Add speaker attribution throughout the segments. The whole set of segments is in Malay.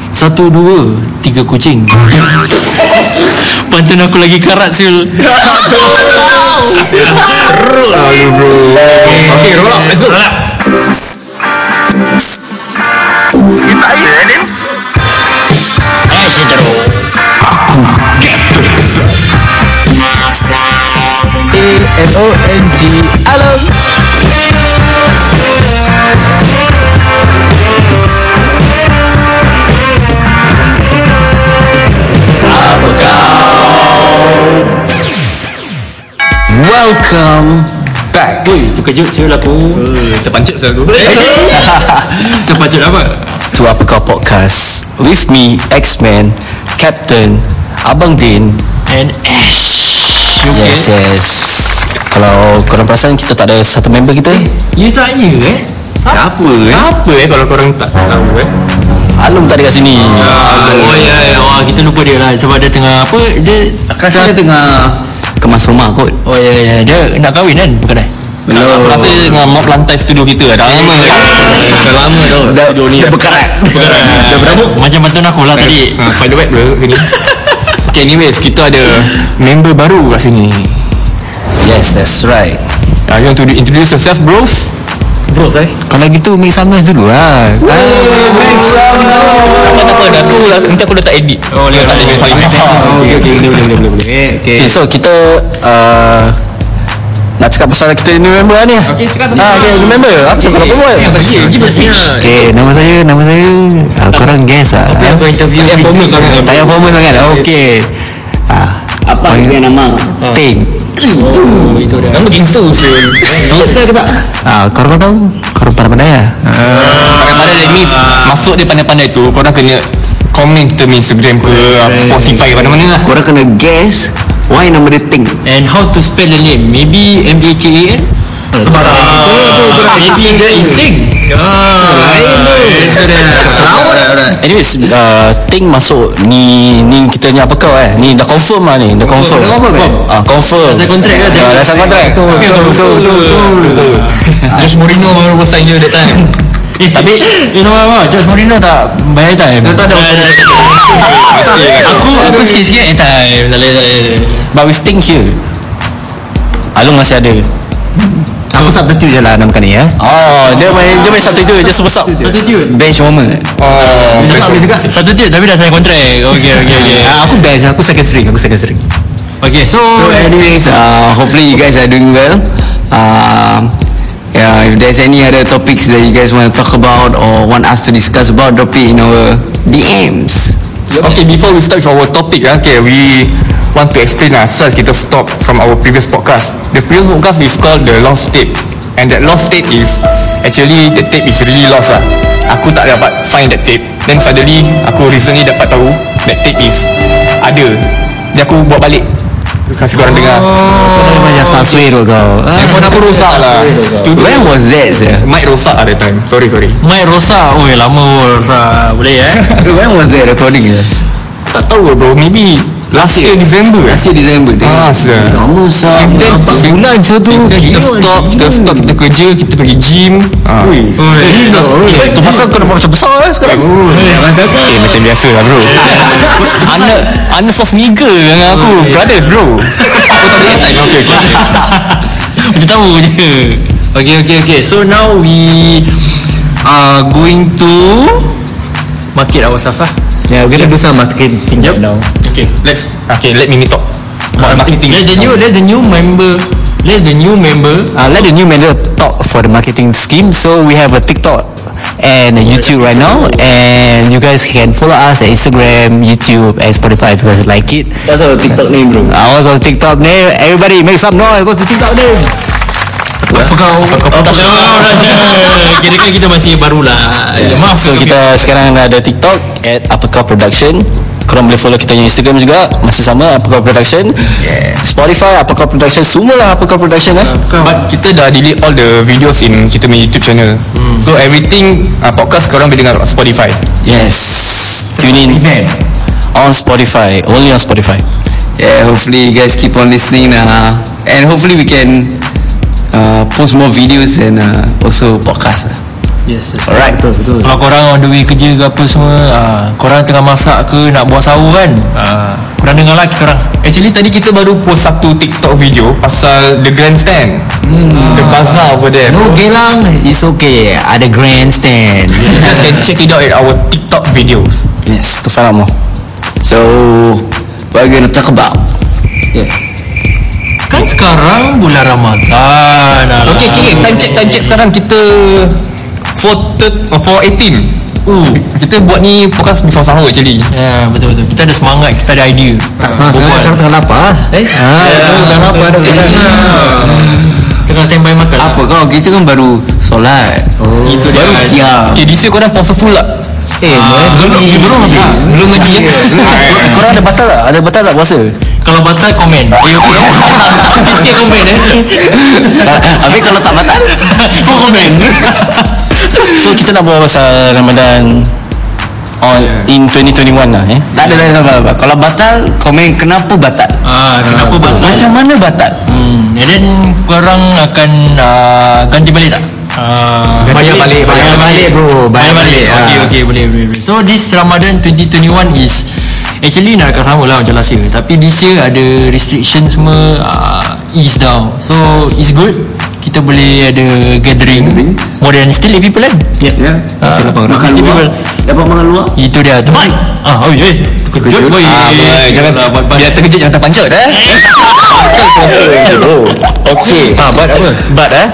Speaker 1: Satu, dua, tiga kucing Pantun aku lagi karat Syul
Speaker 2: Teruk lah lu bro Okay roll up Let's go
Speaker 1: Roll up.
Speaker 3: Kita ya ni.
Speaker 4: Action terus
Speaker 5: A-N-O-N-G Alam
Speaker 2: Welcome back
Speaker 1: Ui, terkejut Syul aku
Speaker 2: Terpancut saya tu
Speaker 1: Terpacut apa?
Speaker 2: To Apa Kau Podcast With me X-Men Captain Abang Din
Speaker 1: And Ash Okay
Speaker 2: Yes yes Kalau korang perasan Kita tak ada satu member kita
Speaker 1: You tak ya eh?
Speaker 2: Siapa eh
Speaker 3: Apa eh kalau korang tak tahu eh?
Speaker 2: Alum tak ada kat sini Ah,
Speaker 1: Oh ya, ya. Wah, kita lupa dia lah Sebab dia tengah apa Dia
Speaker 2: Rasa dia tengah Kemas rumah kot
Speaker 1: Oh ya, ya. Dia nak kahwin kan Kedai
Speaker 2: Belum Aku rasa dia tengah mop lantai studio kita Dah lama
Speaker 1: kan?
Speaker 2: Dah lama tau Dah, ya. dah berkarat Berkarat Dah berabuk Ah,
Speaker 1: Macam pantun aku lah tadi
Speaker 3: Ha, spider web dulu sini.
Speaker 2: Okay anyways Kita ada
Speaker 3: Member baru kat sini.
Speaker 2: Yes that's right
Speaker 1: Ah,
Speaker 3: Uh, you want to introduce yourself bros?
Speaker 1: Bros eh
Speaker 2: Kalau gitu Make some noise dulu lah Make some noise Tak apa dah tu lah Nanti aku dah tak edit Ah,
Speaker 1: Oh dia tak ada
Speaker 5: Oh,
Speaker 3: Okay, okay, boleh, boleh, boleh, boleh.
Speaker 5: Eh,
Speaker 3: Okay.
Speaker 2: Okay so kita uh, Nak cakap pasal kita ni member lah ni Okay
Speaker 1: cakap
Speaker 2: pasal ah, Okay new member Apa cakap apa buat
Speaker 1: Pergi pergi
Speaker 5: Okay nama saya Nama saya uh, Korang guess lah
Speaker 1: Tapi aku interview
Speaker 3: Tak payah formal sangat.
Speaker 5: Tak payah formal sangat Okay ah, Apa dia nama Ting
Speaker 1: Oh itu dia
Speaker 3: Nama gangster Usul.
Speaker 5: ah, Korang tahu Korang pandai-pandai lah
Speaker 1: Ah.
Speaker 2: Pandai-pandai dia miss Masuk dia pandai-pandai tu Korang kena
Speaker 3: Comment kita main Instagram ke
Speaker 1: Eh.
Speaker 3: Spotify ke mana-mana lah.
Speaker 5: Korang kena guess Why nama dia Ting
Speaker 1: And how to spell the name Maybe M-A-K-A-N Sebarang Ah. Maybe dia instinct Ah. Itu dia
Speaker 2: Anyways uh, Ting masuk Ni Ni kita ni apa kau eh Ni dah confirm lah ni Dah confirm
Speaker 1: dah confirm, eh?
Speaker 2: Ah, Confirm
Speaker 1: Dasar kontrak ke?
Speaker 2: Ah, Dasar kontrak
Speaker 1: Betul, betul, betul, betul,
Speaker 2: betul
Speaker 3: Josh Mourinho baru bersaing dia that time.
Speaker 1: Tapi Eh sama apa George Mourinho tak Bayar time Dia tak ada lah.
Speaker 5: lah.
Speaker 1: Aku Aku sikit-sikit eh time Tak boleh tak boleh
Speaker 2: But with Ting here Alung masih ada
Speaker 5: Aku substitute je lah namakan ni ya
Speaker 2: Oh Dia main Dia main substitute Just sebesar
Speaker 1: Substitute
Speaker 5: Bench warmer
Speaker 3: Oh,
Speaker 1: Substitute tapi dah saya kontrak Okay okay okay
Speaker 5: Ah, Aku bench Aku second string Aku second string
Speaker 1: Okay so eh,
Speaker 5: So anyways, uh, hopefully you guys are doing well. Uh, yeah, if there's any other topics that you guys want to talk about or want us to discuss about, drop it in our DMs.
Speaker 3: Okay, before we start with our topic, ah, okay, we want to explain ourselves. Kita stop from our previous podcast. The previous podcast is called the lost tape, and that lost tape is actually the tape is really lost lah. Aku tak dapat find that tape. Then suddenly aku recently dapat tahu that tape is ada. Jadi aku buat balik. Kasih korang dengar.
Speaker 5: Macam sasui tu kau.
Speaker 1: ah,
Speaker 3: Handphone aku rosak lah. Studio
Speaker 5: When was that, sir?
Speaker 3: mic rosak at that time. Sorry, sorry.
Speaker 1: Mike Rosa Oh lama pun Rosa Boleh eh
Speaker 5: When was that recording? sir?
Speaker 3: Tak tahu lah, bro. Maybe last year December. eh.
Speaker 5: Last year December.
Speaker 3: Ah, sir.
Speaker 5: Lama sah.
Speaker 3: Since then,
Speaker 5: Empat
Speaker 3: since-
Speaker 5: bulan sah tu.
Speaker 3: Since then kita stop Kita stop Kita kerja Kita pergi gym ah. Ui
Speaker 5: Eh,
Speaker 2: Eh, Tu pasal kau nampak macam besar eh sekarang
Speaker 3: Eh macam biasa lah bro Anda Anda sos nigga dengan aku Brothers bro Aku tak boleh time Okay okay
Speaker 1: Macam tahu je Okay okay okay So now we Are going to Market ourselves lah
Speaker 5: Yeah, Ya, we're gonna do some marketing
Speaker 1: Yep.
Speaker 5: now.
Speaker 3: Okay let's Okay let me talk About marketing
Speaker 1: That's the new That's the new member That's the new member
Speaker 5: Uh, let the new manager talk for the marketing scheme. So we have a TikTok and a YouTube right now, and you guys can follow us at Instagram, YouTube, and Spotify if you guys like it.
Speaker 2: That's our TikTok name bro
Speaker 5: I was on TikTok name. Everybody make some noise. What's the TikTok name?
Speaker 1: Apa kau Apa kau Kira kan kita masih baru lah
Speaker 3: Ya,
Speaker 1: Maaf
Speaker 2: So kita sekarang dah ada TikTok At Apakah Production Korang boleh follow kita punya Instagram juga Masih sama Apakah Production yeah. Spotify Apakah Production Semualah Apakah Production eh
Speaker 3: But kita dah delete all the videos in kita punya YouTube channel So everything uh, podcast korang boleh dengar kat Spotify
Speaker 2: Yes Tune in On Spotify Only on Spotify
Speaker 5: Yeah, hopefully you guys keep on listening, uh, and hopefully we can uh, post more videos and uh, also podcast.
Speaker 1: Yes, yes.
Speaker 2: Alright.
Speaker 5: Betul betul.
Speaker 1: Kalau korang on the way kerja ke apa semua uh, Korang tengah masak ke nak buat sahur kan uh, Korang dengar lah kita orang
Speaker 3: Actually tadi kita baru post satu TikTok video pasal the grandstand. Hmm. The bazaar over there.
Speaker 4: No Geylang It's okay Ada grandstand
Speaker 3: You guys can check it out at our TikTok videos.
Speaker 2: Yes, to find out more.
Speaker 5: So what are we gonna talk about? Yeah.
Speaker 1: Kan sekarang bulan Ramadan alah.
Speaker 3: Okay, okay, time check, time check sekarang kita 4.18
Speaker 1: uh,
Speaker 3: Kita buat ni podcast before sahur actually
Speaker 1: Ya betul betul. Kita ada semangat, kita ada idea. Tak
Speaker 4: Mas sekarang sekarang tengah lapar
Speaker 1: Eh? Ah.
Speaker 4: Ah, kau dah lapar dah sekarang
Speaker 1: Tengah standby makan. lah.
Speaker 5: Apa kau kita kan baru solat. Oh.
Speaker 1: Itu dia.
Speaker 5: Baru qiyam.
Speaker 3: Okay, this year korang puasa full lah
Speaker 4: Eh
Speaker 1: Ah. belum belum habis.
Speaker 3: Belum lagi ya
Speaker 2: Korang ada batal tak? Ada batal tak puasa?
Speaker 1: Kalau batal komen. Eh okey. Sikit komen eh.
Speaker 5: Habis kalau tak batal
Speaker 1: Kau komen.
Speaker 2: So kita nak buat pasal Ramadan on in 2021 lah eh.
Speaker 5: Ya. tak ada tak ada, tak ada. Kalau batal komen kenapa batal?
Speaker 1: Ah, kenapa batal?
Speaker 5: Macam mana batal?
Speaker 1: Hmm, and then korang akan uh, ganti balik tak? Uh,
Speaker 4: Bayar balik, bayar balik, bro.
Speaker 1: Bayar
Speaker 4: Bayar
Speaker 1: balik.
Speaker 4: balik,
Speaker 1: Okay,
Speaker 4: ah.
Speaker 1: okay, boleh, boleh, boleh. So this Ramadan 2021 is actually nak dekat sama lah macam last year. Tapi this year ada restriction semua uh, ease down. So it's good. Kita boleh ada gathering more than still eight people kan?
Speaker 5: Ya. Yeah.
Speaker 1: Ah,
Speaker 5: makan
Speaker 1: still
Speaker 5: luar.
Speaker 1: people.
Speaker 5: Dapat makan luar.
Speaker 1: Itu dia teman. Ah, oi, oi. Terkejut boy.
Speaker 3: Ah, boy, jangan Biar terkejut jangan terpancut eh
Speaker 2: Okay.
Speaker 3: Ah, but apa? But eh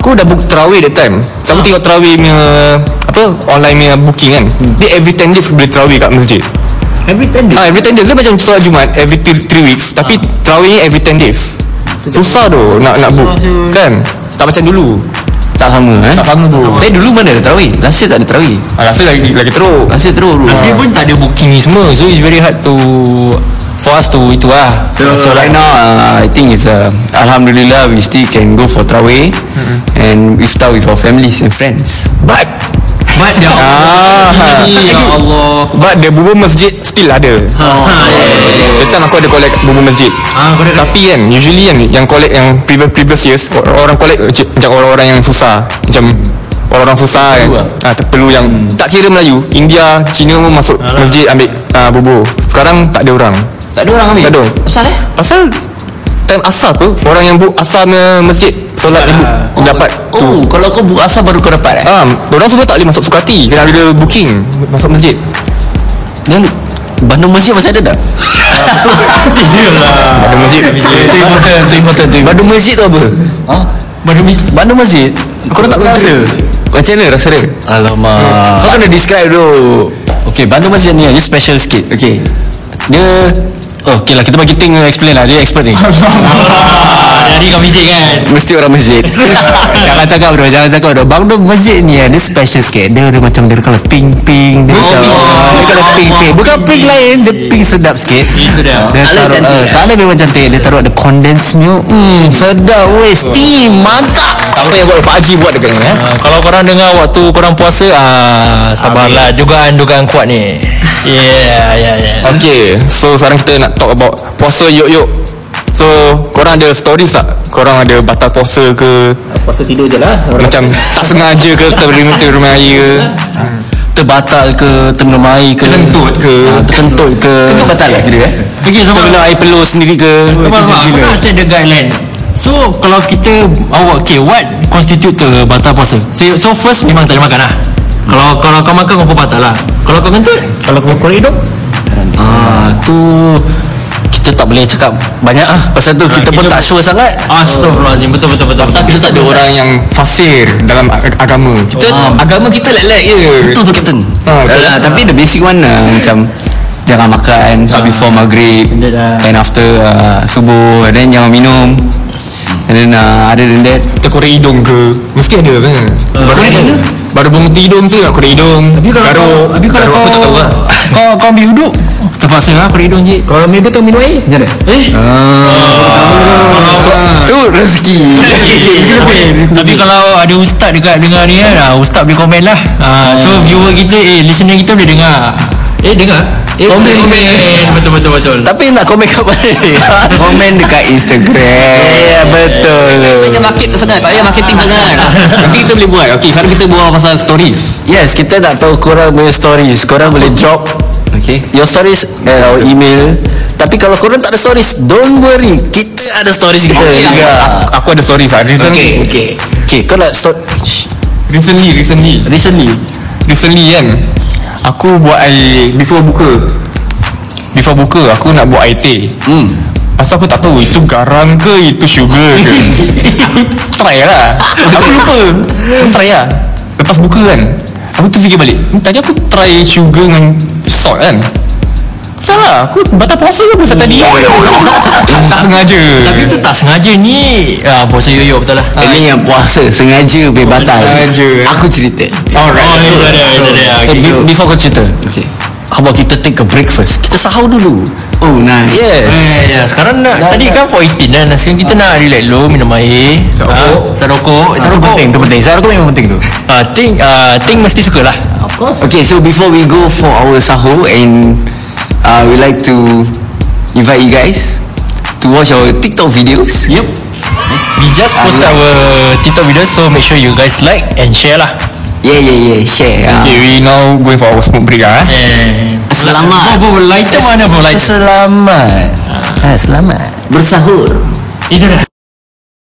Speaker 3: Aku dah book terawih that time So aku tengok terawih punya Apa Online punya booking kan Dia every 10 days boleh terawih kat masjid
Speaker 4: Every time
Speaker 3: Ah, every 10 days Dia macam solat Jumat Every 3 weeks Tapi terawih ni every 10 days Susah tu nak nak book Kan Tak macam dulu
Speaker 5: Tak sama eh.
Speaker 3: Tak sama bro
Speaker 5: Tapi dulu mana ada tarawih? Last year tak ada tarawih.
Speaker 3: ah, Rasa lagi, lagi teruk
Speaker 5: Last year teruk bro.
Speaker 1: Dia pun tak ada booking ni semua. So it's very hard to for us to itu lah.
Speaker 5: So, so right now, uh, I think it's uh, Alhamdulillah we still can go for Traweh mm-hmm. and iftar with our families and friends.
Speaker 3: But
Speaker 1: But ya Allah. Ya Allah.
Speaker 3: But the bubur masjid Still ada That time aku ada collect bubur masjid
Speaker 1: Ah, correct,
Speaker 3: Tapi kan Usually kan Yang collect yang previous, previous years Orang-orang collect macam- Macam orang-orang yang susah Macam Orang-orang susah kan ah, Perlu yang Tak kira Melayu India Cina pun masuk masjid Ambil ah, bubur Sekarang tak ada orang
Speaker 5: Tak ada orang ambil?
Speaker 3: Tak ada.
Speaker 5: Pasal eh?
Speaker 3: Pasal Time asal tu Orang yang book asal punya masjid Solat ibu Dapat
Speaker 5: Oh,
Speaker 3: tu
Speaker 5: kalau kau buka asal baru kau dapat eh?
Speaker 3: Ah, orang semua tak boleh masuk Sukati Kena ada booking Masuk masjid
Speaker 5: Dan bandar masjid masih ada tak?
Speaker 3: Ada masjid
Speaker 5: Itu important, itu important, itu Bandar masjid tu apa? Ha?
Speaker 1: Baru mis
Speaker 5: Bandar masjid? Korang tak pernah rasa?
Speaker 2: Macam mana rasa dia? Alamak.
Speaker 5: Kau kena describe dulu.
Speaker 2: Okay, Bandung Masjid ni dia special sikit.
Speaker 5: Okay.
Speaker 2: Dia Oh, okay lah kita bagi Ting explain lah Dia expert ni
Speaker 1: Dari kau mijik kan.
Speaker 5: Mesti orang masjid.
Speaker 4: Jangan cakap bro Jangan cakap bro Bang Dom masjid ni eh, Dia special sikit Dia ada macam Dia kalau pink-pink Dia macam
Speaker 5: Oh,
Speaker 4: Dia kalau pink-pink Bukan pink lain Dia pink sedap sikit
Speaker 1: Itu dia.
Speaker 4: Dia
Speaker 5: Colour
Speaker 4: taruh
Speaker 5: cantik,
Speaker 4: uh,
Speaker 5: eh?
Speaker 4: Colour memang cantik Dia taruh ada condensed milk Hmm sedap weh Steam mantap
Speaker 3: Apa yang buat Pak Haji buat dekat ni eh?
Speaker 1: Ah, kalau korang dengar waktu korang puasa ah sabarlah dugaan-dugaan kuat ni. Yeah, yeah, yeah.
Speaker 3: Okay So sekarang kita nak talk about Puasa yuk-yuk So Korang ada stories tak? Korang ada batal puasa ke?
Speaker 4: Puasa tidur je lah
Speaker 3: Macam tak sengaja ke Terima terima raya
Speaker 2: Terbatal ke Termermai ke
Speaker 3: Terkentut ke?
Speaker 2: ha, Terkentut ke
Speaker 5: Kau batal lah kira eh?
Speaker 1: Okey, sama.
Speaker 2: Terkena air peluh sendiri ke
Speaker 1: Sabar, sabar. Aku nak set the guideline. So, kalau kita awak okay, what constitute the batal puasa? So, so first memang tak boleh makan lah. Kalau kalau kau makan kau batal lah. Kalau kau kentut,
Speaker 4: Kalau kau korek hidung
Speaker 2: Ah, tu Kita tak boleh cakap banyak ah Pasal tu kita, pun
Speaker 1: kita-
Speaker 2: tak sure sangat
Speaker 5: Ah,
Speaker 1: astagfirullahalazim. Betul betul betul. betul.
Speaker 3: Kita tak ada orang yang fasir Dalam ag- agama Kita Agama kita lelek je
Speaker 2: Itu tu Captain
Speaker 3: ha,
Speaker 5: Dah lah, tapi the basic one lah Macam Jangan makan so Before maghrib
Speaker 1: dah.
Speaker 5: And after uh, Subuh And then jangan minum And then uh, Other than that
Speaker 3: Terkorek hidung ke Mesti ada kan Baru
Speaker 1: korek mana?
Speaker 3: Baru bangun tidur mesti nak korek hidung
Speaker 1: Tapi kalau kau,
Speaker 3: Garuk
Speaker 1: tapi kalau
Speaker 3: Garuk
Speaker 1: kau,
Speaker 3: aku tak tahu lah
Speaker 1: kau, kau ambil huduk, terpaksa lah korek hidung je.
Speaker 4: Kalau minggu tu minum air Macam mana?
Speaker 1: Eh?
Speaker 5: Tu rezeki
Speaker 1: Tapi kalau ada ustaz dekat dengar ni kan ah, Ustaz eh, boleh komen lah Ah, So viewer kita Eh listener kita boleh dengar Eh dengar Eh
Speaker 5: Komen.
Speaker 1: komen. Betul betul betul
Speaker 2: Tapi nak komen kat mana ni?
Speaker 5: Komen dekat Instagram
Speaker 2: Ya betul
Speaker 6: Dia market sangat Tak payah marketing sangat
Speaker 3: Nanti kita boleh buat Okay sekarang kita buat pasal stories
Speaker 2: Yes kita nak tahu korang punya stories Korang boleh drop
Speaker 5: Okay
Speaker 2: Your stories at our email Tapi kalau korang tak ada stories Don't worry Kita ada stories kita okay, juga
Speaker 3: Aku ada stories lah
Speaker 5: Okay
Speaker 3: Recently
Speaker 5: Okay
Speaker 2: Okay kau nak stop
Speaker 3: Recently Recently
Speaker 2: Recently
Speaker 3: Recently kan Aku buat air Before buka Before buka Aku nak buat air teh hmm. Pasal aku tak tahu Itu garam ke Itu sugar ke Try lah Aku lupa Aku try lah Lepas buka kan Aku terfikir balik "Hmm, Tadi aku try sugar dengan Salt kan Salah Aku batal puasa ke pasal tadi Tak sengaja
Speaker 1: Tapi tu tak sengaja ni ah, Puasa yoyo betul lah
Speaker 5: Ini yang puasa Sengaja boleh batal
Speaker 3: Sengaja, eh.
Speaker 5: Aku cerita
Speaker 3: Alright
Speaker 1: Oh itu ada itu ada
Speaker 2: okay,
Speaker 1: Okay.
Speaker 2: so, Before kau cerita
Speaker 5: Okay
Speaker 2: How about kita take a break first Kita sahau dulu
Speaker 5: Oh nice
Speaker 2: Yes
Speaker 1: Eh, dah. Sekarang nak
Speaker 2: Dah,
Speaker 1: Tadi
Speaker 2: dah.
Speaker 1: kan 418 kan Sekarang kita nak relax dulu Minum air
Speaker 3: rokok.
Speaker 1: Ah, Isap rokok Isap
Speaker 4: Itu
Speaker 1: rokok
Speaker 4: penting Itu penting Saya rokok memang penting tu
Speaker 1: Ah, Ting ah, Ting mesti suka lah
Speaker 5: Okay so before we go for our sahur And uh, We like to Invite you guys To watch our TikTok videos
Speaker 1: Yep We just post
Speaker 5: like.
Speaker 1: our TikTok video So make sure you guys like And share lah
Speaker 5: Yeah yeah yeah Share uh.
Speaker 3: Okay we now going for our smoke break lah eh
Speaker 1: Eh,
Speaker 5: Selamat.
Speaker 1: Bawa lighter mana bawa lighter
Speaker 2: Selamat
Speaker 4: Ah, Selamat
Speaker 5: Bersahur
Speaker 1: Itu dah